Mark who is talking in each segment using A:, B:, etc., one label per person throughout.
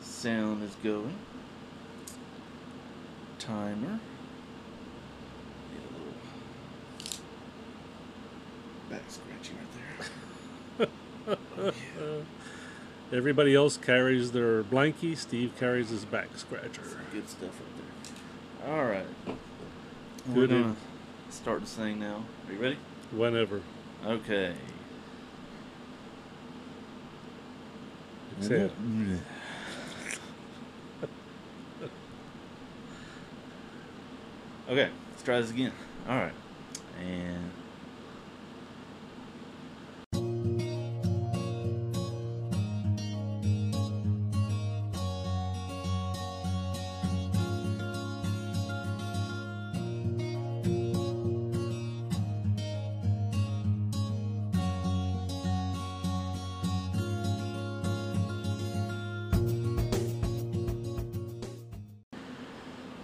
A: sound is going. Timer. Need a little back scratching right there. oh, yeah.
B: Everybody else carries their blankie. Steve carries his back scratcher.
A: Some good stuff right there. All right. We're
B: Good
A: going
B: evening.
A: to start this thing now. Are you ready?
B: Whenever.
A: Okay.
B: Exhale.
A: Okay, let's try this again. All right. And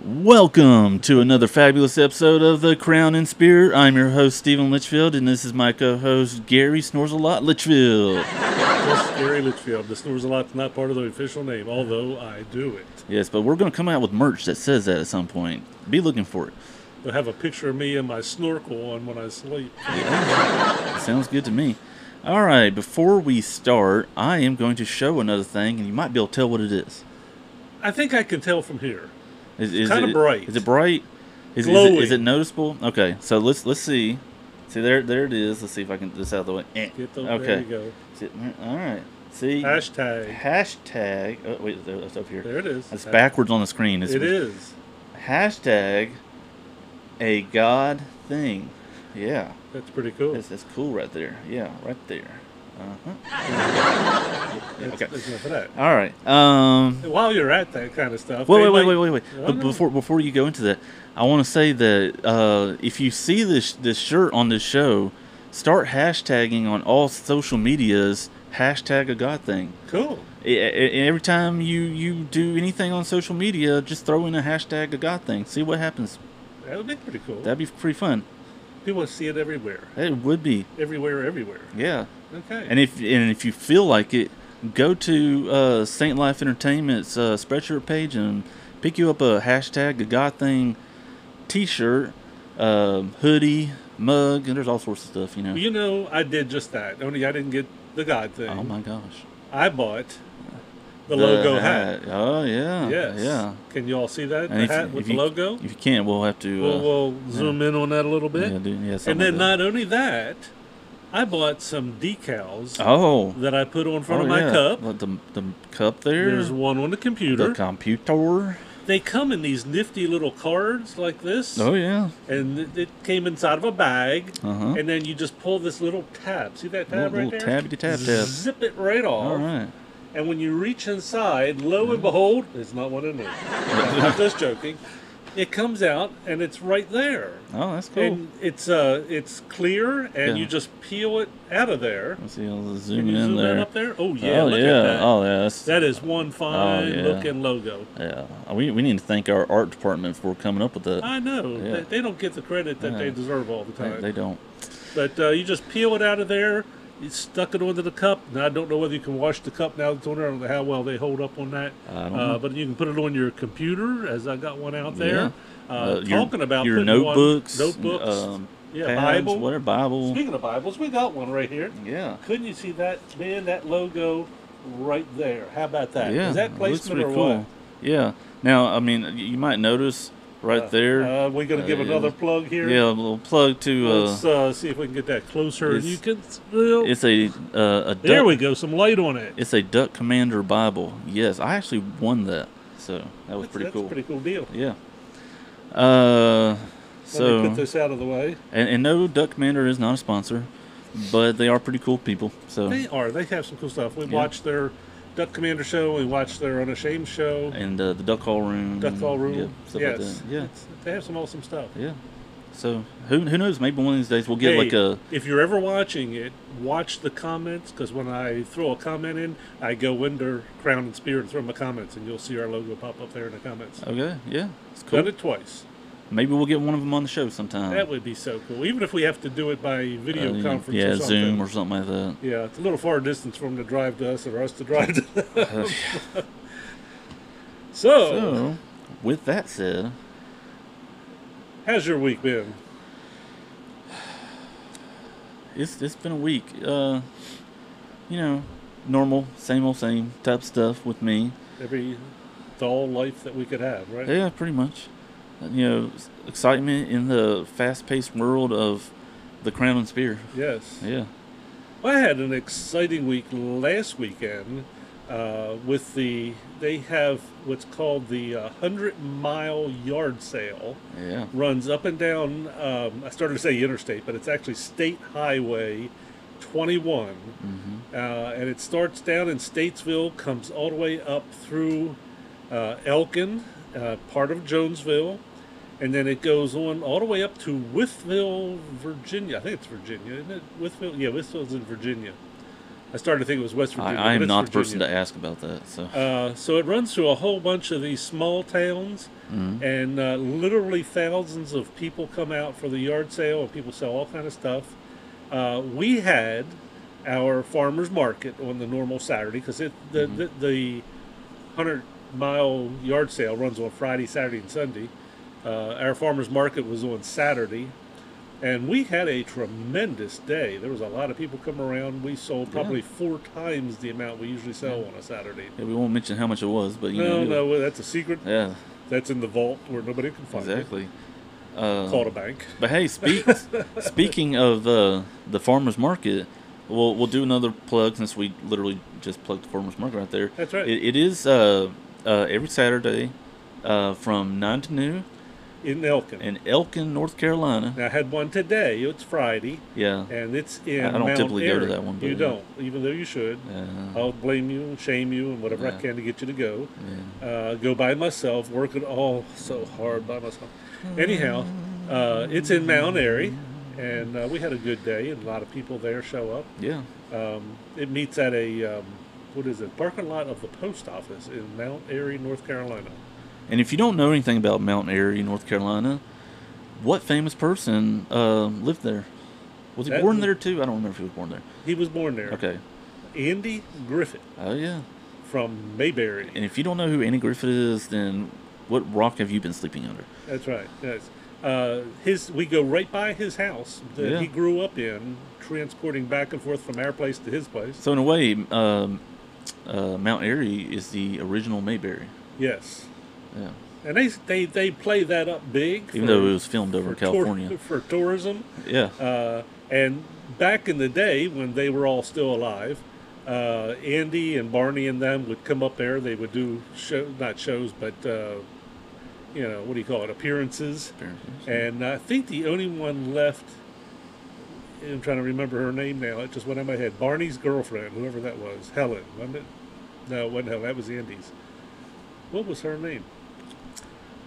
A: welcome to another fabulous episode of The Crown and Spear. I'm your host, Stephen Litchfield, and this is my co host, Gary Snores a Lot Litchfield.
B: Just Gary Litchfield. The Snores a Lot's not part of the official name, although I do it.
A: yes, but we're going to come out with merch that says that at some point. Be looking for it.
B: They'll have a picture of me and my snorkel on when I sleep.
A: Sounds good to me. All right, before we start, I am going to show another thing, and you might be able to tell what it is.
B: I think I can tell from here.
A: Is, is
B: kinda
A: it-
B: bright.
A: Is it bright? Is, is, it, is
B: Glowing.
A: it noticeable? Okay, so let's let's see. See there there it is. Let's see if I can get this out of the way. Eh.
B: Get the, There
A: okay.
B: you go.
A: See, all right. See.
B: Hashtag.
A: hashtag. Oh, wait, there- that's up here.
B: There it is.
A: It's backwards on the screen. It's
B: It is.
A: Hashtag a god thing. Yeah.
B: That's pretty cool.
A: That's, that's cool right there. Yeah, right there. Uh huh.
B: That's-
A: okay.
B: that's enough of that.
A: All right. Um.
B: And While you're at that kind of stuff.
A: Wait,
B: they
A: wait, wait,
B: might-
A: wait, wait, wait.
B: No,
A: But
B: no.
A: before before you go into that, I want to say that uh, if you see this this shirt on this show, start hashtagging on all social medias. Hashtag a god thing.
B: Cool.
A: E- e- every time you you do anything on social media, just throw in a hashtag a god thing. See what happens.
B: That would be pretty cool.
A: That'd be pretty fun.
B: People see it everywhere.
A: It would be.
B: Everywhere, everywhere.
A: Yeah.
B: Okay.
A: And if and if you feel like it, go to uh, Saint Life Entertainment's uh, Spreadshirt page and pick you up a hashtag a God thing T-shirt, um, hoodie, mug, and there's all sorts of stuff. You know.
B: You know, I did just that. Only I didn't get the God thing.
A: Oh my gosh.
B: I bought the, logo hat.
A: Oh yeah.
B: Yes.
A: Yeah.
B: Can you all see that?
A: And
B: the
A: if-
B: hat
A: if
B: with
A: you-
B: the logo.
A: If you can't, we'll have to. Uh,
B: we'll we'll zoom in on that a little bit.
A: yeah, do, yeah, something
B: and then
A: like
B: not only that, I bought some decals
A: that. Oh.
B: that I put on front
A: oh,
B: of my
A: yeah.
B: cup.
A: Like the the cup there.
B: There's one on the computer.
A: the computer.
B: they come in these nifty little cards like this,
A: Oh yeah.
B: and it, it came inside of a bag.
A: Uh huh.
B: And then you just pull this little tab. See that tab
A: Little-
B: right
A: little
B: there?
A: tabbity tab tab.
B: Zip it right off.
A: All right.
B: And when you reach inside, lo and behold, there's not one in there. I'm just joking. It comes out and it's right there.
A: Oh, that's cool.
B: And it's uh it's clear and
A: Yeah.
B: you just peel it out of there.
A: Let's see, I'll zoom
B: Can you
A: in
B: zoom
A: there.
B: in up there? Oh yeah,
A: oh
B: look
A: yeah,
B: at that.
A: oh yeah, that's,
B: That is one fine
A: yeah.
B: looking logo.
A: yeah. We, we need to thank our art department for coming up with that.
B: I know.
A: Yeah.
B: They, they don't get the credit that
A: Yeah.
B: they deserve all the
A: They,
B: time.
A: they don't.
B: But uh, you just peel it out of there. You stuck it onto the cup. Now I don't know whether you can wash the cup now it's on there. I don't know how well they hold up on that.
A: I don't
B: uh,
A: know.
B: But you can put it on your computer, as I got one out
A: Yeah.
B: there. Uh,
A: Uh, your-
B: talking about
A: your
B: putting one-
A: notebooks,
B: notebooks,
A: um,
B: yeah,
A: pads,
B: Bible.
A: whatever Bible.
B: Speaking of Bibles, we got one right here.
A: Yeah,
B: Couldn't you see that man? That logo right there. How about that? Is
A: yeah.
B: that
A: it looks
B: placement
A: pretty
B: or
A: cool. Yeah. Now, I mean, y- you might notice right
B: what?
A: there.
B: Uh, we're gonna give
A: Uh,
B: another plug here.
A: yeah, a little plug to. Uh,
B: Let's uh, see if we can get that closer. And
A: it's-
B: you can. Well,
A: it's a uh, a duck.
B: there we go. Some light on it.
A: It's a Duck Commander Bible. Yes, I actually won that, so that was
B: That's-
A: pretty
B: that's
A: cool.
B: a pretty cool deal.
A: yeah. Uh, so
B: Let me put this out of the way.
A: And, and no, Duck Commander is not a sponsor, but they are pretty cool people. So
B: They are. They have some cool stuff. We
A: Yeah.
B: watched their Duck Commander show. We watched their Unashamed show.
A: and uh, the Duck Hall Room,
B: Duck Call Room.
A: yeah, stuff like
B: yes.
A: that. yeah,
B: It's- They have some awesome stuff.
A: yeah. So who who knows? Maybe one of these days we'll get
B: Hey,
A: like a
B: If you're ever watching it, watch the comments because when I throw a comment in, I go under Crown and Spear and throw my comments, and you'll see our logo pop up there in the comments.
A: okay, yeah, it's Oh, cool.
B: Done it twice.
A: Maybe we'll get one of them on the show sometime.
B: That would be so cool. Even if we have to do it by video
A: Uh, you know,
B: conference
A: yeah,
B: or something.
A: Zoom or something like that.
B: Yeah, it's a little far distance from the drive to us or us to drive to them. So,
A: So, with that said,
B: how's your week been?
A: it's it's been a week. Uh, you know, normal, same old same type stuff with me.
B: Every dull life that we could have, right?
A: Yeah, pretty much. You know, s- excitement in the fast-paced world of the crown and spear.
B: Yes.
A: Yeah.
B: Well, I had an exciting week last weekend uh, with the. They have what's called the uh, 100 mile yard sale.
A: Yeah.
B: runs up and down. Um, I started to say interstate, but it's actually State Highway 21,
A: Mm-hmm.
B: uh, and it starts down in Statesville, comes all the way up through uh, Elkin, uh, part of Jonesville, and then it goes on all the way up to Withville, Virginia. I think it's Virginia, isn't it? Withville, yeah, Withville's in Virginia. I started to think it was West
A: I,
B: Virginia.
A: I
B: but
A: am
B: it's
A: not the
B: Virginia.
A: person to ask about that. So.
B: Uh, so it runs through a whole bunch of these small towns, and uh, literally thousands of people come out for the yard sale, and people sell all kind of stuff. Uh, we had our farmers market on the normal Saturday because it the, the the hundred mile yard sale runs on Friday, Saturday, and Sunday. Uh, our farmers market was on Saturday, and we had a tremendous day. There was a lot of people come around. We sold probably four times the amount we usually sell on a Saturday.
A: Yeah, we won't mention how much it was, but you know.
B: No, no, well, that's a secret.
A: Yeah,
B: That's in the vault where nobody can find
A: exactly. Uh,
B: it. Called a bank.
A: But hey, speak, speaking of uh, the farmers market, we'll we'll do another plug since we literally just plugged the farmers market right there.
B: That's right.
A: It, it is uh, uh, every Saturday uh, from nine to noon
B: in Elkin.
A: in Elkin, North Carolina.
B: now, I had one today. It's Friday,
A: Yeah.
B: and it's in.
A: I don't
B: Mount
A: typically go to
B: Airy.
A: that one, but
B: You
A: yeah.
B: don't, even though you should.
A: Uh,
B: I'll blame you and shame you and whatever I
A: Yeah.
B: can to get you to go.
A: yeah.
B: Uh, go by myself, working all so hard by myself. Anyhow, uh, it's in Mount Airy, and uh, we had a good day, and a lot of people there show up.
A: Yeah.
B: Um, it meets at a, um, what is it, parking lot of the post office in Mount Airy, North Carolina.
A: And if you don't know anything about Mount Airy, North Carolina, what famous person uh, lived there? Was he
B: That-
A: born there too? I don't remember if he was born there.
B: He was born there.
A: Okay.
B: Andy Griffith
A: Oh yeah.
B: from Mayberry.
A: And if you don't know who Andy Griffith is, then what rock have you been sleeping under?
B: That's right. Yes. Uh, his we go right by his house that
A: Yeah.
B: he grew up in, transporting back and forth from our place to his place.
A: So in a way, um, uh, Mount Airy is the original Mayberry.
B: Yes.
A: Yeah.
B: And they they, they play that up big.
A: Even though it was filmed over in
B: for tour-
A: California.
B: for tourism.
A: Yeah.
B: Uh, and back in the day when they were all still alive, uh, Andy and Barney and them would come up there. They would do show, not shows, but uh, you know what do you call it, appearances. And I think the only one left, I'm trying to remember her name now. It just went out of my head. Barney's girlfriend, whoever that was, Helen, wasn't it? No, it wasn't Helen. That was Andy's. What was her name?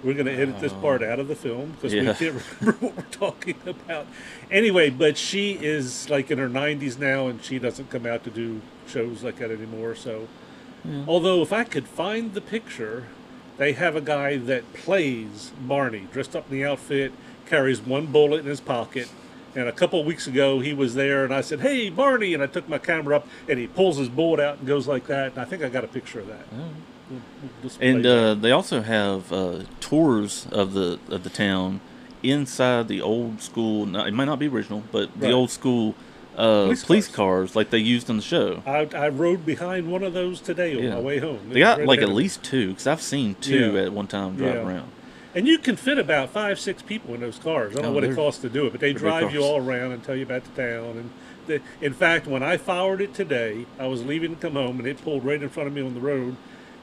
B: We're going to edit this part out of the film because we
A: Yeah.
B: can't remember what we're talking about. Anyway, but she is like in her 90s now and she doesn't come out to do shows like that anymore. So, although if I could find the picture, they have a guy that plays Barney, dressed up in the outfit, carries one bullet in his pocket. And a couple of weeks ago, he was there, and I said, "Hey, Barney!" And I took my camera up, and he pulls his bullet out and goes like that. And I think I got a picture of that. We'll- we'll display
A: And
B: that.
A: uh, they also have uh, tours of the of the town inside the old school. no it might not be original, but
B: Right.
A: the old school uh,
B: Police
A: police, cars like they used on the show.
B: I, I rode behind one of those today on
A: Yeah.
B: my way home.
A: They got
B: Right
A: like at
B: there.
A: least two because I've seen two
B: Yeah.
A: at one time drive
B: Yeah.
A: around.
B: and you can fit about five, six people in those cars. I don't know
A: Oh,
B: what it
A: they're-
B: costs to do it, but they
A: big
B: drive you
A: cars.
B: all around and tell you about the town. And the, in fact, when I fired it today, I was leaving to come home, and it pulled right in front of me on the road,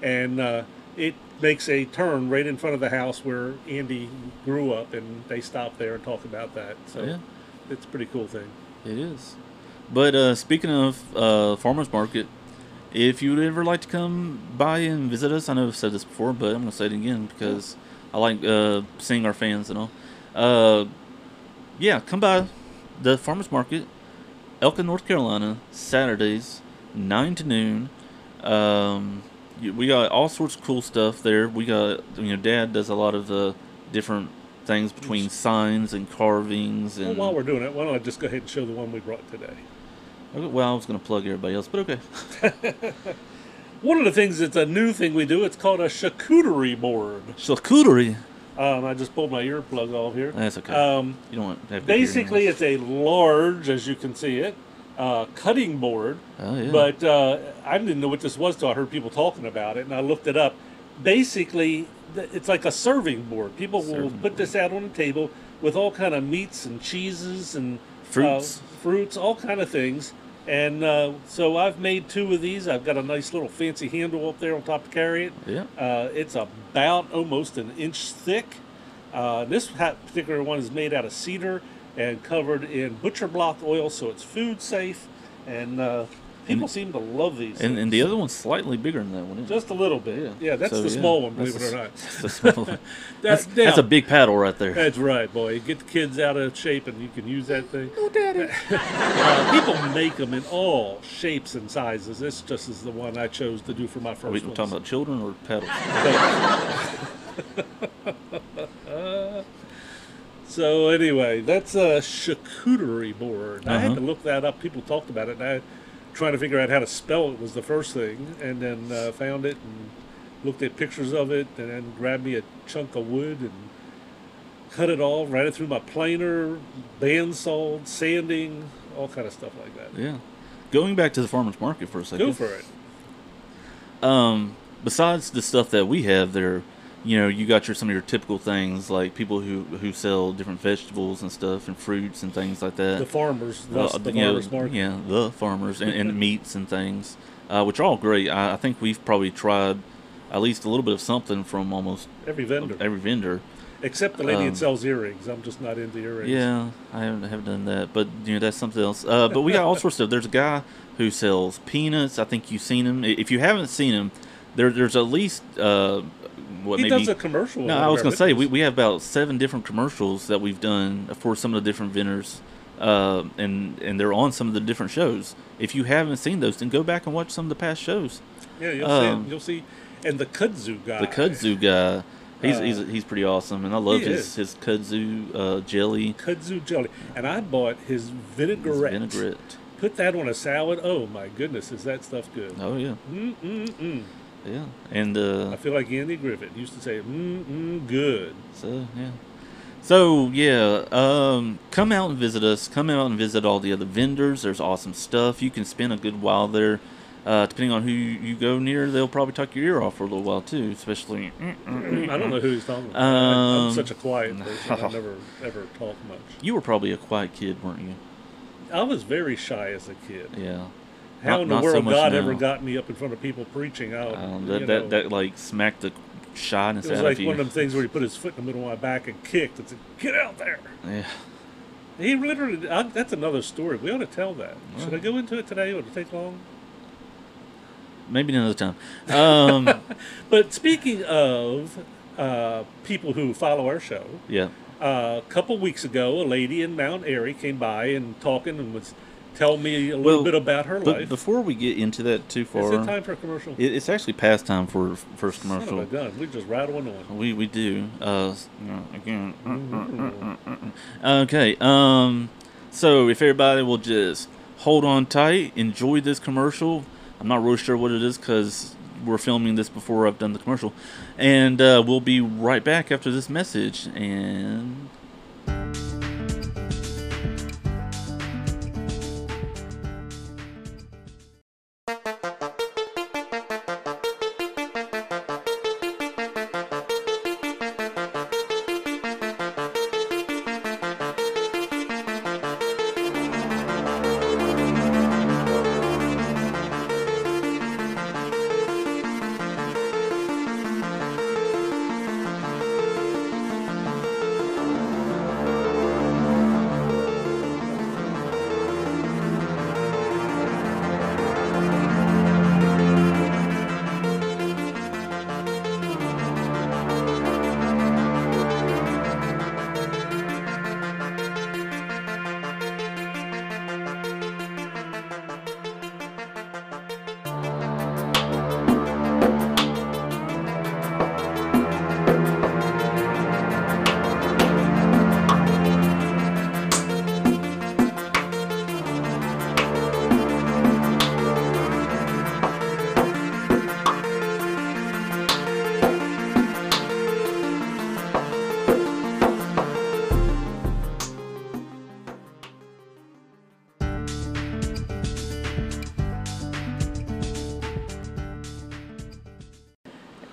B: and uh, it makes a turn right in front of the house where Andy grew up, and they stop there and talk about that. So
A: Oh, Yeah.
B: it's a pretty cool thing.
A: It is. But uh, speaking of uh, farmers market, if you would ever like to come by and visit us, I know I've said this before, but I'm gonna say it again because I like uh, seeing our fans and all. Uh, yeah, come by the farmers market, Elkin, North Carolina, Saturdays, nine to noon. Um, you- we got all sorts of cool stuff there. We got you know, Dad does a lot of uh, different things between signs and carvings
B: Well,
A: and.
B: while we're doing it, why don't I just go ahead and show the one we brought today?
A: Okay, well, I was going to plug everybody else, but okay.
B: One of the things that's a new thing we do, it's called a charcuterie board.
A: Charcuterie. Oh,
B: Um, I just pulled my earplug off here.
A: That's okay.
B: Um,
A: you don't want to have big ear
B: basically,
A: nails.
B: it's a large, as you can see it, uh, cutting board.
A: Oh, yeah.
B: But uh, I didn't know what this was till I heard people talking about it, and I looked it up. Basically, th- it's like a serving board. People will
A: Serving
B: put
A: board.
B: this out on the table with all kind of meats and cheeses and uh,
A: Fruits.
B: fruits, all kind of things. And uh, so I've made two of these. I've got a nice little fancy handle up there on top to carry it.
A: yeah.
B: Uh, it's about almost an inch thick. Uh, this ha- particular one is made out of cedar and covered in butcher block oil, so it's food safe. And uh, people seem to love these.
A: And,
B: things.
A: and the other one's slightly bigger than that one. Isn't it?
B: just a little bit. Yeah, that's
A: So,
B: the small one,
A: that's
B: believe
A: the
B: it or not.
A: s- That's, the small one.
B: That's,
A: That's a
B: now-
A: big paddle right there.
B: That's right, boy. You get the kids out of shape, and you can use that thing. No, daddy. uh, people make them in all shapes and sizes. This just is the one I chose to do for my
A: Are we
B: first one.
A: talking about children or paddles?
B: so anyway, that's a charcuterie board. I had
A: Uh-huh.
B: to look that up. People talked about it, and I trying to figure out how to spell it was the first thing, and then uh, found it and looked at pictures of it, and then grabbed me a chunk of wood and cut it all, ran it through my planer, bandsawed, sanding, all kind of stuff like that.
A: Yeah. Going back to the farmers market for a second.
B: Go for it.
A: um, besides the stuff that we have there, you know, you got your some of your typical things like people who who sell different vegetables and stuff and fruits and things like that.
B: The farmers,
A: Uh,
B: thus the
A: you know,
B: farmers market.
A: Yeah, the farmers and, and meats and things, uh, which are all great. I, I think we've probably tried at least a little bit of something from almost
B: Every vendor,
A: every vendor.
B: except the lady
A: um,
B: that sells earrings. I'm just not into earrings.
A: Yeah, I haven't, haven't done that, but you know that's something else. Uh, but we got all sorts of stuff. There's a guy who sells peanuts. I think you've seen him. I- If you haven't seen him, there there's at least uh, what
B: he
A: maybe.
B: does a commercial.
A: no,
B: with
A: I was gonna
B: American
A: say we, we have about seven different commercials that we've done for some of the different vendors, uh, and and they're on some of the different shows. If you haven't seen those, then go back and watch some of the past shows.
B: Yeah, you'll see.
A: Um,
B: It. You'll see. And the kudzu guy.
A: The kudzu guy, he's
B: Ah, Uh,
A: he's he's pretty awesome, and I love
B: he
A: his
B: is.
A: his kudzu uh, jelly,
B: Kudzu jelly. And I bought his
A: his
B: vinaigrette.
A: vinaigrette.
B: Put that on a salad. Oh my goodness, is that stuff good?
A: Oh yeah.
B: Mm-mm-mm.
A: Yeah, and uh,
B: I feel like Andy Griffith used to say, mm-mm, good.
A: so yeah, so yeah, um, come out and visit us. Come out and visit all the other vendors. There's awesome stuff. You can spend a good while there. Uh, depending on who you go near, they'll probably talk your ear off for a little while too. Especially, mm,
B: I don't know who he's talking about. I,
A: Um,
B: am such a quiet person. I never, ever talk much.
A: you were probably a quiet kid, weren't you?
B: I was very shy as a kid.
A: Yeah.
B: How
A: Not-
B: in the
A: not so
B: world
A: much
B: God
A: now.
B: ever got me up in front of people preaching out?
A: Um, that,
B: Oh, you
A: that
B: know.
A: that like smacked the shyness
B: It was
A: out
B: like
A: of you.
B: one of them things where he put his foot in the middle of my back and kicked. and said, "Get out there!"
A: yeah.
B: He literally. I, that's another story. We ought to tell that. Should I
A: Right.
B: go into it today? Would it take long?
A: Maybe another time. Um,
B: But speaking of uh, people who follow our show,
A: yeah.
B: uh, a couple weeks ago, a lady in Mount Airy came by and talking and was telling me a little
A: Well,
B: bit about her
A: But
B: life.
A: before we get into that too
B: Is
A: far,
B: it time for a commercial?
A: it- it's actually past time for first
B: Son of
A: commercial.
B: a gun. We just rattling on.
A: We we do. Uh, s- uh, again. uh, uh, uh, uh, uh. Okay. Um. So if everybody will just hold on tight, enjoy this commercial. I'm not really sure what it is because we're filming this before I've done the commercial, and uh, we'll be right back after this message. And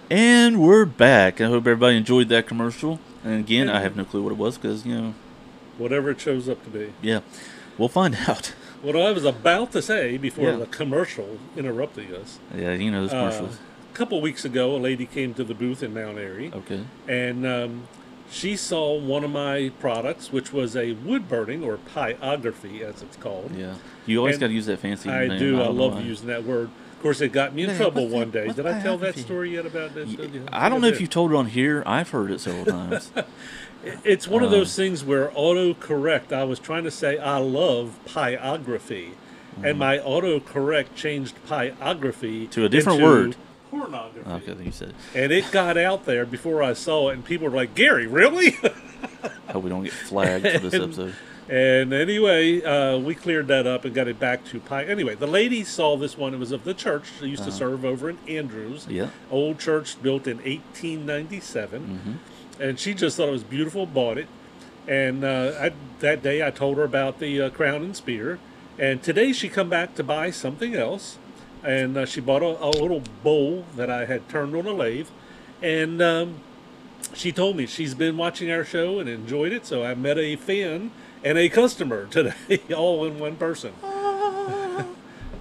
A: And we're back. I hope everybody enjoyed that commercial. And again, I have no clue what it was because, you know,
B: whatever it shows up to be.
A: yeah, we'll find out.
B: What I was about to say before
A: Yeah.
B: the commercial interrupted us. uh,
A: Yeah, you know those commercials.
B: a couple weeks ago, a lady came to the booth in Mount Airy,
A: okay.
B: and um, she saw one of my products, which was a wood burning or pyography, as it's called.
A: Yeah. You always
B: And
A: got to use that fancy
B: I
A: name.
B: do. I,
A: don't know
B: love
A: why.
B: using that word. Of course, it got me in
A: Yeah,
B: trouble
A: what's that-
B: one day.
A: what's
B: Did I tell that
A: pyography?
B: story yet about this?
A: I don't know if
B: did.
A: you told it on here. I've heard it several times.
B: It's one of
A: Uh.
B: those things where autocorrect. I was trying to say I love pyography, and my autocorrect changed pyography
A: Mm. To a different
B: into
A: word.
B: Pornography.
A: okay, you said. it.
B: And it got out there before I saw it, and people were like, "Gary, really?"
A: Hope we don't get flagged for this episode.
B: and anyway, uh, we cleared that up and got it back to pie. Anyway, the lady saw this one. It was of the church that used to serve over in Andrews.
A: Yeah.
B: old church built in 1897, and she just thought it was beautiful, bought it, and uh, I, that day I told her about the uh, crown and spear, and today she come back to buy something else, and uh, she bought a, a little bowl that I had turned on a lathe, and um, she told me she's been watching our show and enjoyed it, so I met a fan and a customer today, all in one person.
A: Ah.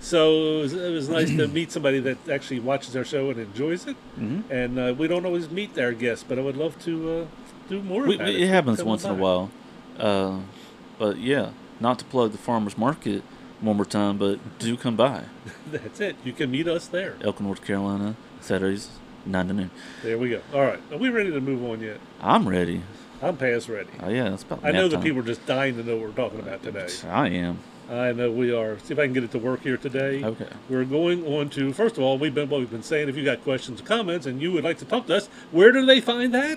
B: So it was, it was nice to meet somebody that actually watches our show and enjoys it.
A: Mm-hmm.
B: And uh, we don't always meet our guests, but I would love to uh, do more.
A: We,
B: of that if
A: it
B: you
A: happens
B: come
A: once in a
B: by.
A: while. Uh, but yeah, not to plug the farmer's market one more time, but do come by.
B: That's it. You can meet us there.
A: Elk, North Carolina, Saturdays, 9 to noon.
B: There we go. All right. Are we ready to move on yet?
A: I'm ready.
B: I'm past ready.
A: Oh, yeah, that's about
B: I know
A: nap
B: that
A: time.
B: people are just dying to know what we're talking about today.
A: I am.
B: I know we are. See if I can get it to work here today.
A: Okay.
B: We're going on to first of all, we've been what we've been saying. If you got questions or comments and you would like to talk to us, where do they find that?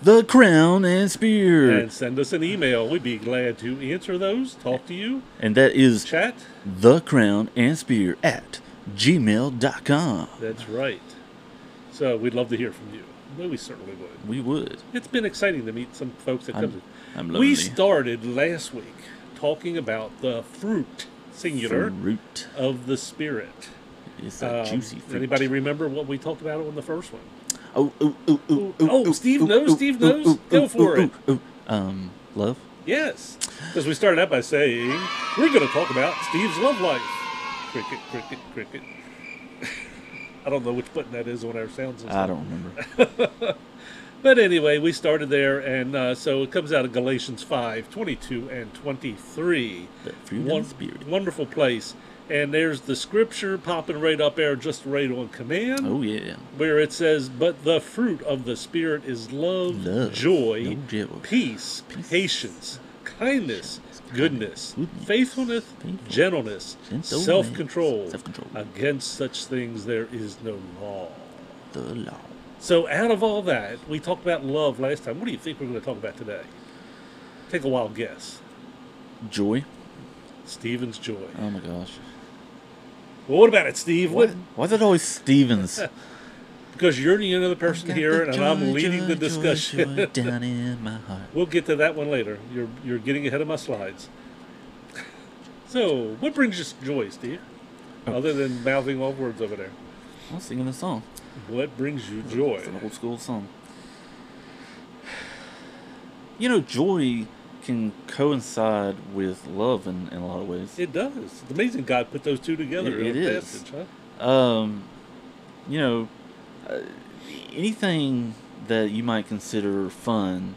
A: The crown and spear.
B: And send us an email. We'd be glad to answer those, talk to you,
A: and that is
B: chat.
A: the crown and spear at gmail.com.
B: That's right. So we'd love to hear from you. Well, we certainly would.
A: We would.
B: It's been exciting to meet some folks that
A: I'm-
B: come. to-
A: I'm
B: we
A: lonely.
B: started last week talking about the fruit singular
A: Fruit.
B: of the spirit.
A: It's a
B: Um,
A: juicy fruit.
B: Anybody remember what we talked about on the first one?
A: Oh, ooh, ooh, ooh, ooh,
B: Oh,
A: ooh,
B: Steve
A: ooh,
B: knows,
A: ooh,
B: Steve
A: ooh,
B: knows.
A: ooh,
B: Go
A: ooh,
B: for
A: ooh,
B: it.
A: ooh, ooh. Um, love.
B: Yes, because we started out by saying we're going to talk about Steve's love life. Cricket, cricket, cricket. I don't know which button that is on our sound system.
A: I don't remember.
B: But anyway, we started there, and uh, so it comes out of Galatians 5 22 and 23.
A: The fruit
B: Won-
A: and spirit.
B: Wonderful place. And there's the scripture popping right up there, just right on command,
A: Oh yeah.
B: where it says, But the fruit of the Spirit is love,
A: Love,
B: joy,
A: no joy.
B: peace, patience, kindness, goodness,
A: goodness, faithfulness,
B: faithfulness, gentleness,
A: gentleness,
B: self control.
A: self-control.
B: Against such things there is no law.
A: The law.
B: So, out of all that, we talked about love last time. What do you think we're going to talk about today? Take a wild guess.
A: Joy.
B: Stephen's joy.
A: Oh my gosh.
B: Well, what about it, Steve? What?
A: Why is it always Stevens?
B: Because you're the other person here, and I'm leading the discussion.
A: down in my heart.
B: we'll get to that one later. You're you're getting ahead of my slides. So, what brings you joy, Steve?
A: Oh.
B: Other than mouthing off words over there,
A: I was singing a song.
B: what brings you joy?
A: It's an old school song. You know, joy can coincide with love in, in a lot of ways.
B: It does. It's amazing God put those two together.
A: It-
B: in
A: it
B: a
A: is.
B: Passage, huh?
A: um, you know, uh, anything that you might consider fun,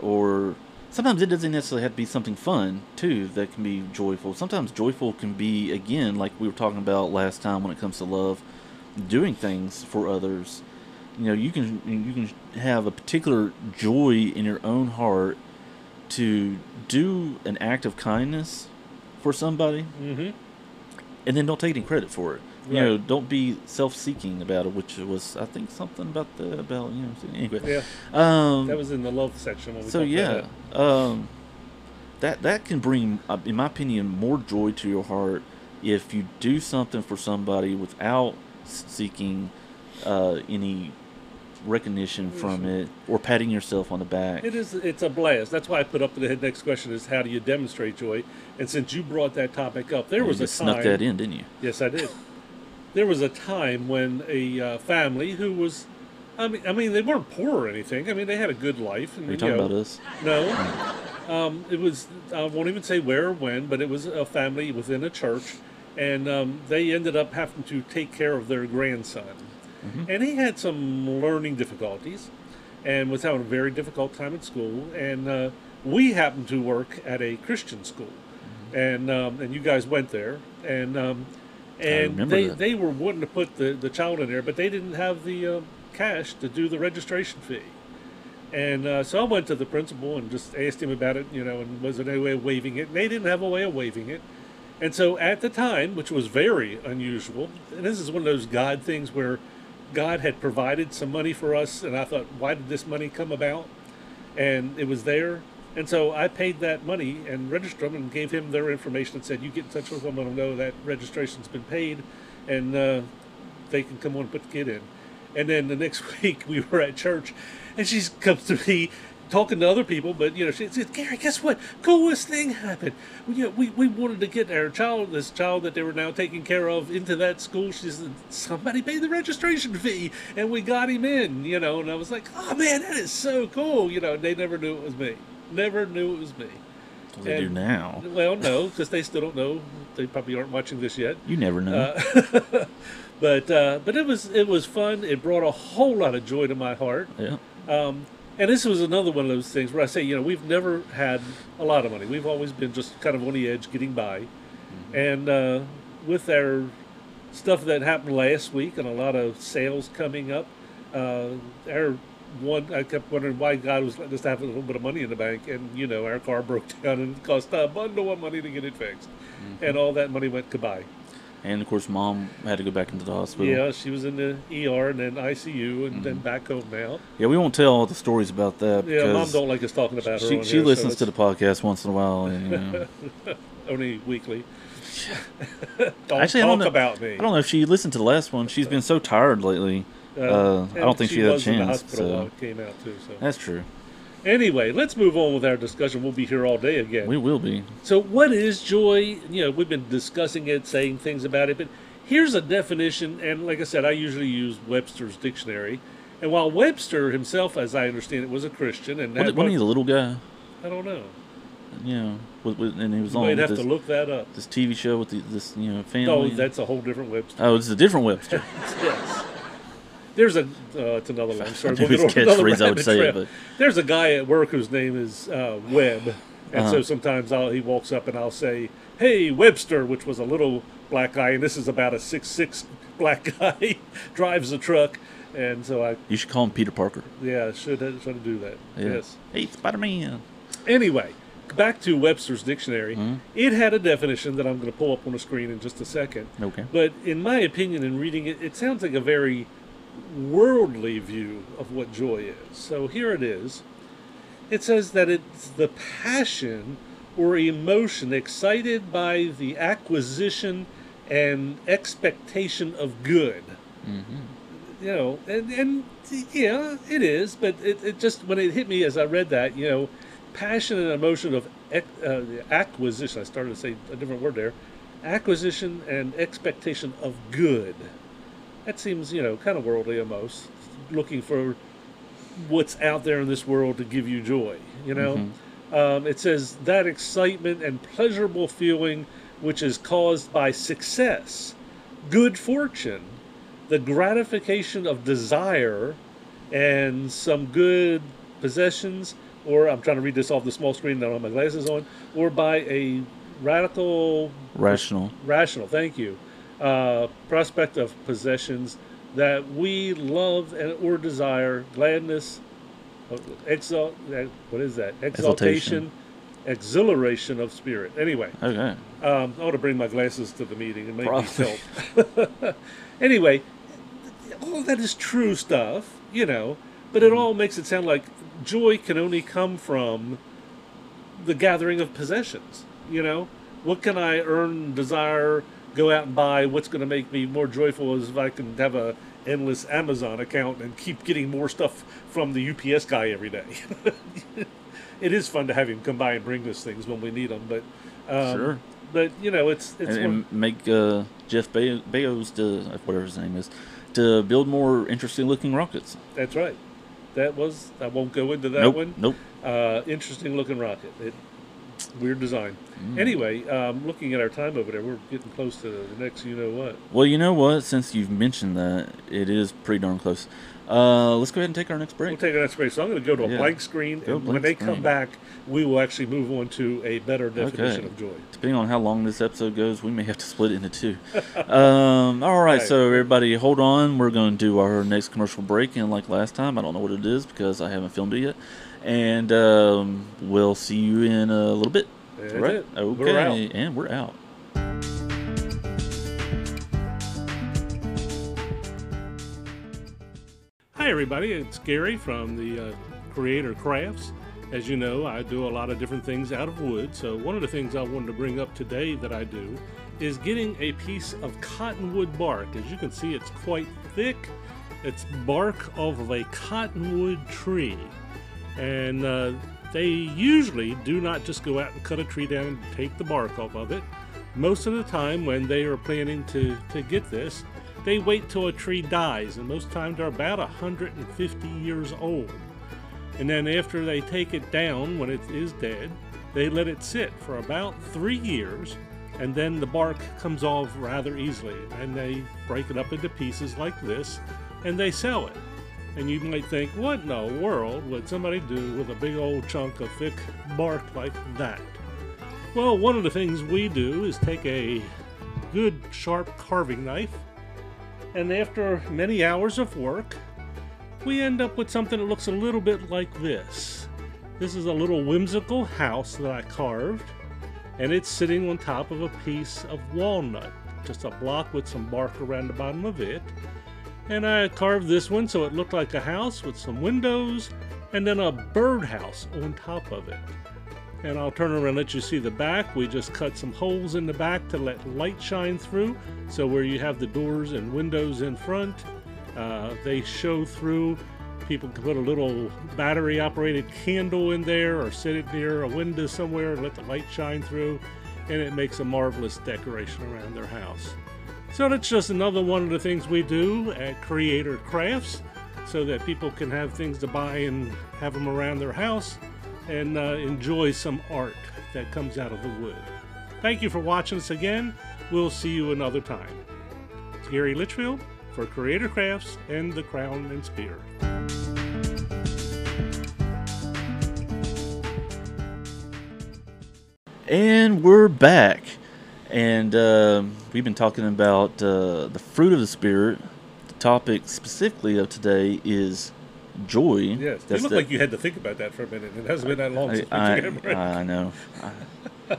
A: or sometimes it doesn't necessarily have to be something fun too that can be joyful. Sometimes joyful can be again, like we were talking about last time when it comes to love, doing things for others. You know, you can you can have a particular joy in your own heart to do an act of kindness for somebody
B: Mm-hmm.
A: and then don't take any credit for it. You
B: Right.
A: know, don't be self-seeking about it, which was I think something about the about you know anyway.
B: Yeah,
A: Um,
B: that was in the love section when we
A: so
B: talked
A: yeah,
B: about that.
A: um, that that can bring, uh, in my opinion, more joy to your heart if you do something for somebody without s- seeking uh, any recognition from it or patting yourself on the back.
B: It is. It's a blast. That's why I put up the head. Next question is how do you demonstrate joy? And since you brought that topic up, there
A: You
B: was a
A: just snuck
B: time-
A: that in, didn't you?
B: Yes, I did. there was a time when a uh, family who was, I mean, I mean, they weren't poor or anything. I mean, they had a good life. And,
A: Are you talking
B: know,
A: about us?
B: No. Um, it was, I won't even say where or when, but it was a family within a church, and um, they ended up having to take care of their grandson.
A: Mm-hmm.
B: And he had some learning difficulties and was having a very difficult time at school. And uh, we happened to work at a Christian school,
A: Mm-hmm.
B: and um, and you guys went there, and um, and
A: remember
B: they,
A: that.
B: they were wanting to put the, the child in there, but they didn't have the um cash to do the registration fee. And uh, so I went to the principal and just asked him about it, you know, and was there any way of waiving it? And they didn't have a way of waiving it. And so at the time, which was very unusual, and this is one of those God things where God had provided some money for us, and I thought, why did this money come about? And it was there. And so I paid that money and registered them and gave him their information and said, you get in touch with them, let them know that registration's been paid, and uh, they can come on and put the kid in. And then the next week we were at church, and she comes to me talking to other people, but you know she says, "Gary, guess what? Coolest thing happened. We, you know, we we wanted to get our child, this child that they were now taking care of, into that school. She said somebody paid the registration fee, and we got him in. You know, and I was like, oh man, that is so cool. You know, they never knew it was me. Never knew it was me.
A: Well, they do
B: and-
A: now.
B: Well, no, because they still don't know. They probably aren't watching this yet.
A: You never know.
B: Uh, but uh, but it was it was fun. It brought a whole lot of joy to my heart.
A: yeah.
B: Um, and this was another one of those things where I say, you know, we've never had a lot of money. We've always been just kind of on the edge, getting by. And uh, with our stuff that happened last week and a lot of sales coming up, uh, our one I kept wondering why God was letting us have a little bit of money in the bank, and you know, our car broke down and it cost a bundle of money to get it fixed, and all that money went goodbye.
A: And of course, mom had to go back into the hospital.
B: Yeah, she was in the ER and then ICU and
A: Mm-hmm.
B: then back home now.
A: Yeah, we won't tell all the stories about that.
B: Yeah, mom
A: because
B: don't like us talking about her.
A: She,
B: on
A: she
B: here, so
A: listens
B: it's
A: to the podcast once in a while. And, you know.
B: only weekly. don't
A: Actually, I
B: talk
A: don't know-
B: about me.
A: I don't know if she listened to the last one. She's been so tired lately. uh, I
B: and
A: don't think she had a
B: was In the
A: chance.
B: hospital
A: So
B: while it came out too. So
A: that's true.
B: anyway, let's move on with our discussion. We'll be here all day again.
A: We will be.
B: So, what is joy? You know, we've been discussing it, saying things about it, but here's a definition. And like I said, I usually use Webster's dictionary. And while Webster himself, as I understand it, was a Christian, and
A: Wasn't
B: had
A: wasn't
B: one-
A: he the little guy?
B: I don't know.
A: You know, with, with, and he was
B: You
A: on
B: might have
A: this,
B: to look that up.
A: this TV show with the, this you know family.
B: No,
A: and-
B: Oh, that's a whole different Webster.
A: oh, it's a different Webster.
B: yes. There's a. Uh, it's another one. Sorry,
A: I knew
B: we'll
A: his
B: get on another
A: catchphrase, I would
B: rabbit
A: say it,
B: trail.
A: but-
B: There's a guy at work whose name is uh, Webb, and
A: Uh-huh.
B: so sometimes I'll, he walks up and I'll say, "Hey, Webster," which was a little black guy, and this is about a six-six black guy drives a truck, and so I
A: you should call him Peter Parker.
B: yeah should should do that.
A: Yeah.
B: Yes.
A: Hey, Spider Man.
B: Anyway, back to Webster's dictionary.
A: Mm-hmm.
B: It had a definition that I'm going to pull up on the screen in just a second.
A: Okay.
B: But in my opinion, in reading it, it sounds like a very worldly view of what joy is. So here it is. It says that it's the passion or emotion excited by the acquisition and expectation of good. You know, and, and yeah, it is, but it, it just, when it hit me as I read that, you know, passion and emotion of ec- uh, acquisition, I started to say a different word there, acquisition and expectation of good. That seems, you know, kind of worldly almost, looking for what's out there in this world to give you joy. You know, um, it says that excitement and pleasurable feeling which is caused by success, good fortune, the gratification of desire, and some good possessions. Or I'm trying to read this off the small screen. I don't have my glasses on. Or by a radical
A: Rational.
B: rational thank you uh, prospect of possessions that we love and or desire gladness uh, exalt uh, what is that
A: Exaltation.
B: exaltation exhilaration of spirit anyway
A: Okay.
B: um, i ought to bring my glasses to the meeting and make
A: Probably.
B: myself anyway all that is true stuff you know but
A: Mm-hmm.
B: it all makes it sound like joy can only come from the gathering of possessions. You know, what can I earn, desire, go out and buy? What's going to make me more joyful is if I can have a endless Amazon account and keep getting more stuff from the UPS guy every day. it is fun to have him come by and bring us things when we need them, but um,
A: Sure.
B: but you know, it's it's
A: and,
B: one-
A: and make uh, Jeff Be- Bezos to whatever his name is to build more interesting looking rockets.
B: that's right. That was I won't go into that
A: nope,
B: one.
A: nope.
B: Uh, interesting looking rocket. It, weird design.
A: Mm.
B: Anyway, um, looking at our time over there, we're getting close to the next. You know what?
A: Well, you know what? Since you've mentioned that, it is pretty darn close. Uh, let's go ahead and take our next break.
B: We'll take our next break. So I'm going to go to a
A: Yeah.
B: blank screen,
A: Go
B: and
A: blank
B: when they
A: screen.
B: come back, we will actually move on to a better definition
A: Okay.
B: of joy.
A: Depending on how long this episode goes, we may have to split it into two. um, all right,
B: Right.
A: so everybody, hold on. We're going to do our next commercial break, and like last time, I don't know what it is because I haven't filmed it yet. And um, we'll see you in a little bit.
B: That's
A: All right.
B: it.
A: Okay.
B: We're out.
A: And we're out.
B: Hi, everybody. It's Gary from the uh, Creator Crafts. As you know, I do a lot of different things out of wood. So, one of the things I wanted to bring up today that I do is getting a piece of cottonwood bark. As you can see, it's quite thick. It's bark off of a cottonwood tree. And uh, they usually do not just go out and cut a tree down and take the bark off of it. Most of the time, when they are planning to, to get this, they wait till a tree dies, and most times they're about 150 years old. And then after they take it down, when it is dead, they let it sit for about three years, and then the bark comes off rather easily. And they break it up into pieces like this, and they sell it. And you might think, what in the world would somebody do with a big old chunk of thick bark like that? Well, one of the things we do is take a good sharp carving knife, and after many hours of work, we end up with something that looks a little bit like this. This is a little whimsical house that I carved, and it's sitting on top of a piece of walnut, just a block with some bark around the bottom of it. And I carved this one so it looked like a house with some windows and then a birdhouse on top of it. And I'll turn around and let you see the back. We just cut some holes in the back to let light shine through. So where you have the doors and windows in front, uh, they show through. People can put a little battery operated candle in there or sit it near a window somewhere and let the light shine through. And it makes a marvelous decoration around their house. So that's just another one of the things we do at Creator Crafts so that people can have things to buy and have them around their house and uh, enjoy some art that comes out of the wood. Thank you for watching us again. We'll see you another time. It's Gary Litchfield for Creator Crafts and the Crown and Spear.
A: And we're back. And um we've been talking about uh, the fruit of the spirit. The topic specifically of today is joy.
B: Yes,
A: That's
B: it looked
A: the-
B: like you had to think about that for a minute. It hasn't been that long
A: I,
B: since we took a
A: I,
B: break.
A: I know. I,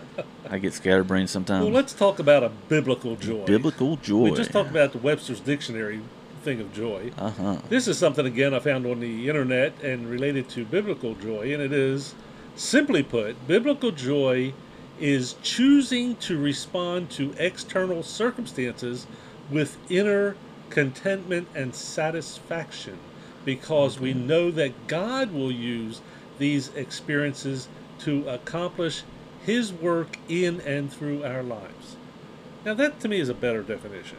A: I get scatterbrained sometimes.
B: Well, let's talk about a biblical joy.
A: Biblical joy.
B: We just talked about the Webster's Dictionary thing of joy.
A: Uh huh.
B: This is something, again, I found on the internet and related to biblical joy, and it is simply put, biblical joy is choosing to respond to external circumstances with inner contentment and satisfaction because we know that God will use these experiences to accomplish His work in and through our lives. Now, that to me is a better definition.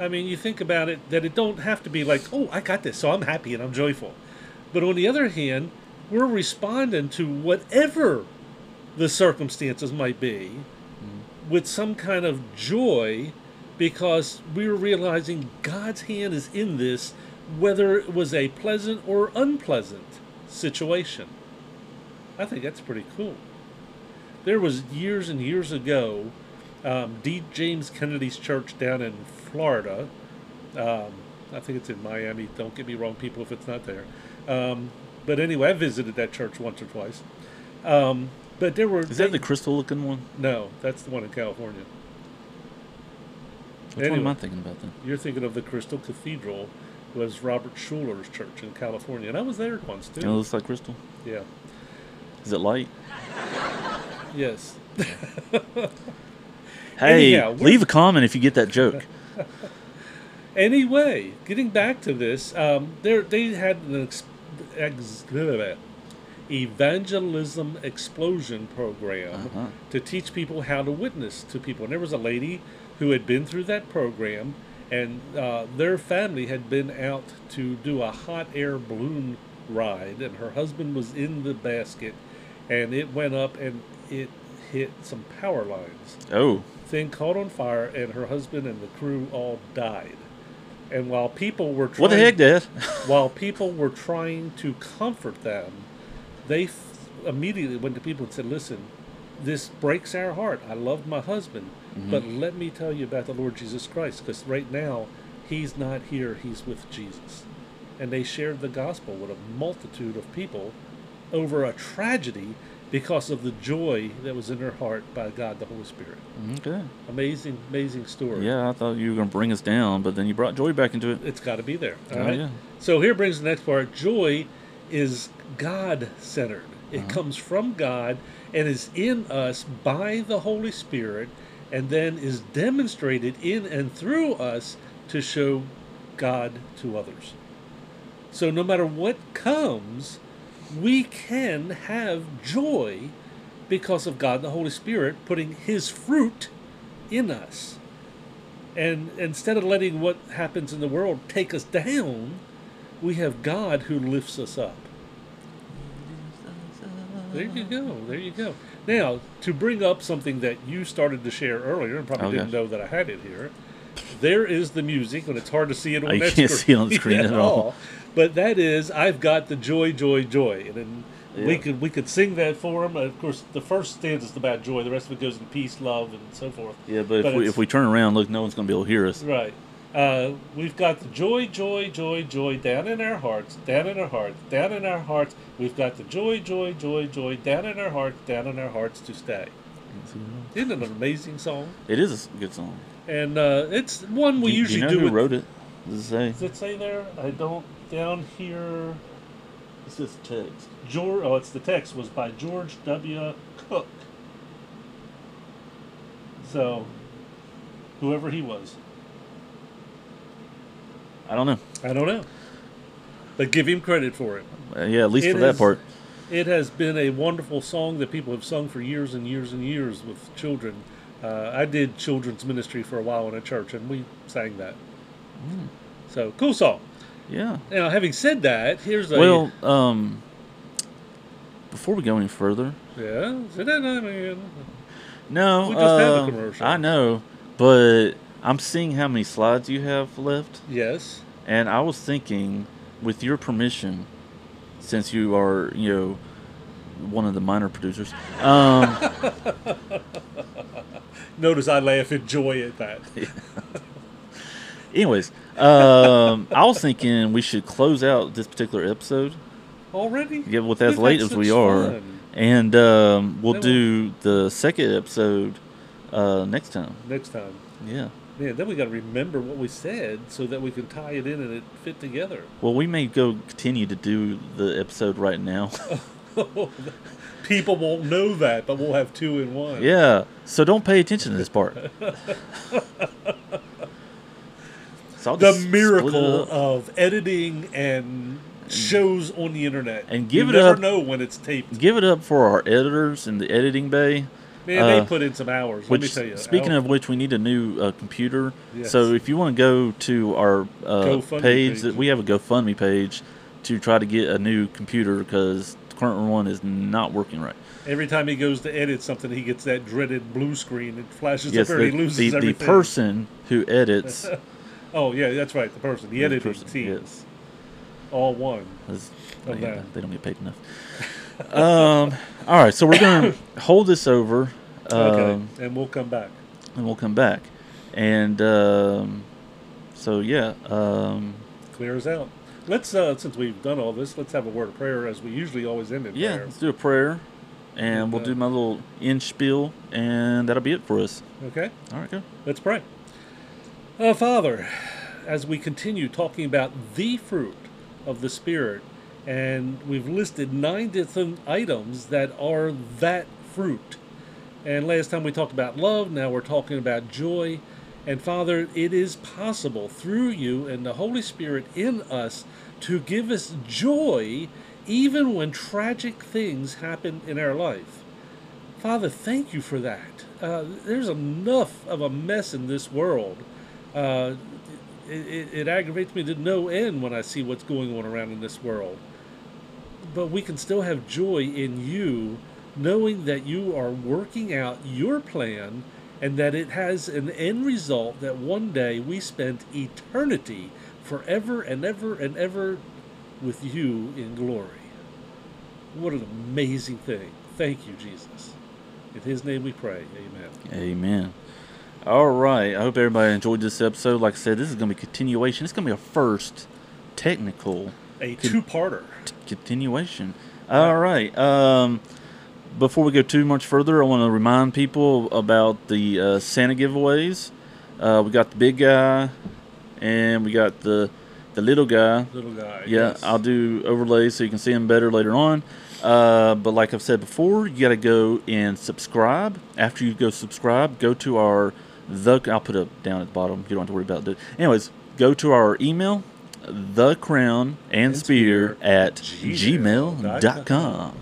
B: I mean, you think about it that it don't have to be like, oh, I got this, so I'm happy and I'm joyful. But on the other hand, we're responding to whatever the circumstances might be with some kind of joy because we're realizing God's hand is in this, whether it was a pleasant or unpleasant situation. I think that's pretty cool. There was years and years ago, um, D. James Kennedy's church down in Florida. Um, I think it's in Miami. Don't get me wrong, people, if it's not there. Um, but anyway, I visited that church once or twice. Um, but there were
A: Is that the crystal looking one?
B: no, that's the one in California.
A: Which one
B: Anyway.
A: am I thinking about then?
B: You're thinking of the Crystal Cathedral, was Robert Schuller's church in California, and I was there once too.
A: It looks like crystal.
B: Yeah.
A: Is it light?
B: Yes.
A: Hey,
B: Anyhow, we're-
A: leave a comment if you get that joke.
B: Anyway, getting back to this, um, there they had an ex- ex- evangelism explosion program
A: Uh-huh.
B: to teach people how to witness to people. And there was a lady who had been through that program, and uh, their family had been out to do a hot air balloon ride, and her husband was in the basket, and it went up and it hit some power lines.
A: Oh,
B: Thing caught on fire, and her husband and the crew all died. And while people were trying
A: what the heck, Dad?
B: while people were trying to comfort them, they f- immediately went to people and said, "Listen, this breaks our heart. I loved my husband,
A: Mm-hmm.
B: but let me tell you about the Lord Jesus Christ, because right now he's not here. He's with Jesus." And they shared the gospel with a multitude of people over a tragedy because of the joy that was in their heart by God the Holy Spirit.
A: okay.
B: Amazing, amazing story.
A: Yeah, I thought you were gonna bring us down, but then you brought joy back into it.
B: It's got to be there. all
A: Oh,
B: right?
A: yeah.
B: So here brings the next part. Joy is God centered, it
A: Uh-huh.
B: comes from God and is in us by the Holy Spirit, and then is demonstrated in and through us to show God to others. So no matter what comes, we can have joy because of God the Holy Spirit putting His fruit in us. And instead of letting what happens in the world take us down, we have God who lifts us up. There you go. There you go. Now, to bring up something that you started to share earlier and probably
A: Oh,
B: didn't
A: gosh.
B: know that I had it here, there is the music, and it's hard to see it on
A: Oh, you
B: that
A: can't see it on the screen at all.
B: But that is, I've got the joy, joy, joy, and then we
A: Yeah.
B: could we could sing that for him. Of course, the first stanza is about joy. The rest of it goes in peace, love, and so forth.
A: Yeah, but,
B: But
A: if, we,
B: it's-
A: if we turn around, look, no one's gonna be able to hear us.
B: Right. Uh, we've got the joy, joy, joy, joy down in our hearts, down in our hearts, down in our hearts. We've got the joy, joy, joy, joy down in our hearts, down in our hearts to stay. Isn't it an amazing song?
A: It is a s- good song.
B: And uh, it's one we
A: do, do you
B: usually
A: know
B: do.
A: who
B: with-
A: wrote it? Does it say?
B: Does it say there? I don't. Down here,
A: It's just text.
B: George. Oh, it's the text was by George W. Cook. So, whoever he was,
A: I don't know.
B: I don't know. But give him credit for it.
A: Uh, yeah, at least
B: It
A: for that
B: is-
A: part.
B: It has been a wonderful song that people have sung for years and years and years with children. Uh, I did children's ministry for a while in a church, and we sang that. So cool song.
A: Yeah.
B: Now, having said that, here's a
A: Well, um, before we go any further,
B: yeah. say that again.
A: no,
B: We just had the
A: um,
B: commercial.
A: I know, but I'm seeing how many slides you have left,
B: Yes.
A: and I was thinking, with your permission, since you are, you know, one of the minor producers, um,
B: Notice I laugh in joy at that.
A: Anyways, um, I was thinking we should close out this particular episode.
B: Already?
A: Get with as
B: We've
A: late
B: had
A: as we
B: such
A: are,
B: fun.
A: and um, we'll
B: That
A: do the second episode uh, next time.
B: Next time.
A: Yeah.
B: Man, then we got to remember what we said so that we can tie it in and it fit together.
A: Well, we may go continue to do the episode right now.
B: People won't know that, but we'll have two in one.
A: yeah. So don't pay attention to this part. So I'll
B: the
A: just split it
B: miracle
A: up.
B: of editing and shows on the internet.
A: And give
B: you
A: it
B: never
A: up-
B: know when it's taped.
A: Give it up for our editors in the editing bay.
B: Man,
A: uh,
B: they put in some hours.
A: Which,
B: let me tell you.
A: speaking
B: Al-
A: of which, we need a new uh, computer.
B: Yes.
A: So if you want to go to our uh,
B: GoFundMe
A: page,
B: page.
A: that we have a GoFundMe page to try to get a new computer because the current one is not working right.
B: every time he goes to edit something, he gets that dreaded blue screen. It flashes
A: yes,
B: up and
A: the,
B: he loses
A: the, the
B: everything.
A: person who edits,
B: Oh yeah, that's right. The person, the
A: the
B: editing
A: person-
B: team,
A: yes,
B: all one.
A: is-
B: Okay.
A: yeah, they don't get paid enough. um, all right, so we're gonna hold this over, um,
B: okay, and we'll come back.
A: and we'll come back. And um, so yeah, um,
B: Clear us out. Let's uh, since we've done all this, let's have a word of prayer as we usually always end in
A: Yeah,
B: prayer.
A: let's do a prayer, and we'll
B: uh,
A: do my little end spiel, and that'll be it for us.
B: Okay.
A: All right, go.
B: Let's pray. Uh, Father, as we continue talking about the fruit of the Spirit, and we've listed nine different items that are that fruit. And last time we talked about love, now we're talking about joy. And Father, it is possible through you and the Holy Spirit in us to give us joy even when tragic things happen in our life. Father, thank you for that. Uh, there's enough of a mess in this world. Uh, it, it, it aggravates me to no end when I see what's going on around in this world. But we can still have joy in you, knowing that you are working out your plan and that it has an end result that one day we spend eternity forever and ever and ever with you in glory. What an amazing thing. Thank you, Jesus. In his name we pray. Amen.
A: Amen. All right. I hope everybody enjoyed this episode. Like I said, this is going to be continuation. It's going to be a first technical
B: A two parter.
A: t- continuation. All right. Um, before we go too much further, I want to remind people about the uh, Santa giveaways. Uh, we got the big guy, and we got the the little guy.
B: Little guy.
A: Yeah,
B: yes.
A: I'll do overlays so you can see them better later on. Uh, but like I've said before, you got to go and subscribe. After you go subscribe, go to our the. I'll put it down at the bottom. You don't have to worry about it. Anyways, go to our email, the crown and
B: And spear
A: spear at
B: gmail dot
A: gmail.com.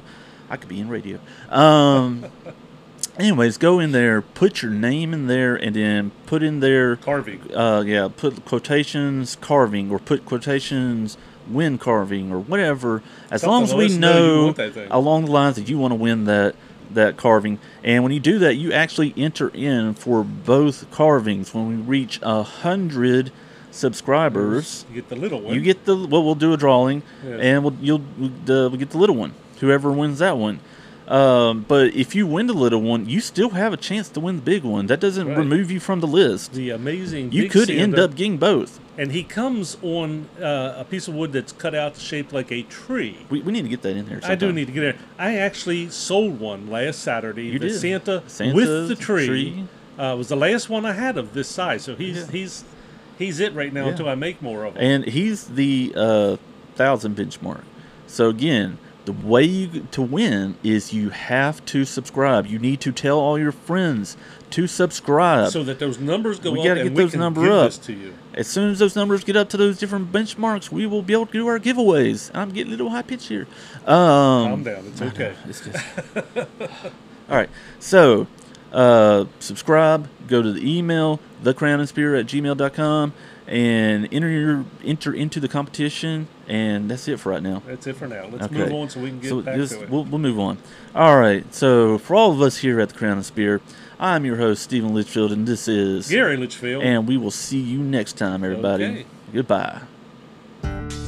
A: I could be in radio. Um, anyways, go in there, put your name in there, and then put in there
B: Carving.
A: uh, yeah, put quotations carving or put quotations win carving or whatever. As
B: Something
A: long as
B: to
A: we
B: let us know you
A: know
B: want that thing.
A: along the lines that you want to win that that carving, and when you do that, you actually enter in for both carvings. When we reach a hundred subscribers,
B: You get the little one.
A: you get the well. We'll do a drawing,
B: Yeah.
A: and we'll you'll the, we get the little one. Whoever wins that one. Um, but if you win the little one, you still have a chance to win the big one. That doesn't
B: Right.
A: remove you from the list.
B: the amazing.
A: You
B: Big
A: could end
B: Santa.
A: up getting both.
B: And he comes on uh, a piece of wood that's cut out shaped like a tree.
A: We, we need to get that in here.
B: I do
A: sometime.
B: need to get there. I actually sold one last Saturday.
A: You
B: the
A: did.
B: Santa,
A: Santa,
B: with the tree,
A: tree.
B: Uh, was the last one I had of this size. So he's
A: Yeah.
B: he's he's it right now
A: Yeah.
B: until I make more of them.
A: And he's the uh, thousand benchmark. So again, the way you to win is you have to subscribe. You need to tell all your friends to subscribe.
B: so that those numbers go
A: we
B: up
A: gotta
B: and
A: get
B: we
A: those
B: can
A: number
B: give
A: up.
B: this to you.
A: as soon as those numbers get up to those different benchmarks, we will be able to do our giveaways. I'm getting a little high pitch here. Um,
B: Calm down. It's okay.
A: It's just. All right. So, uh, subscribe, go to the email, thecrownandspear at gmail.com, and enter, your, enter into the competition. And that's it for right now.
B: That's it for now. Let's
A: Okay.
B: move on so we can get
A: So,
B: back
A: this,
B: to it.
A: we'll, we'll move on. All right. So, for all of us here at the Crown and Spear, I'm your host, Stephen Litchfield, and this is.
B: Gary Litchfield.
A: And we will see you next time, everybody.
B: Okay.
A: Goodbye.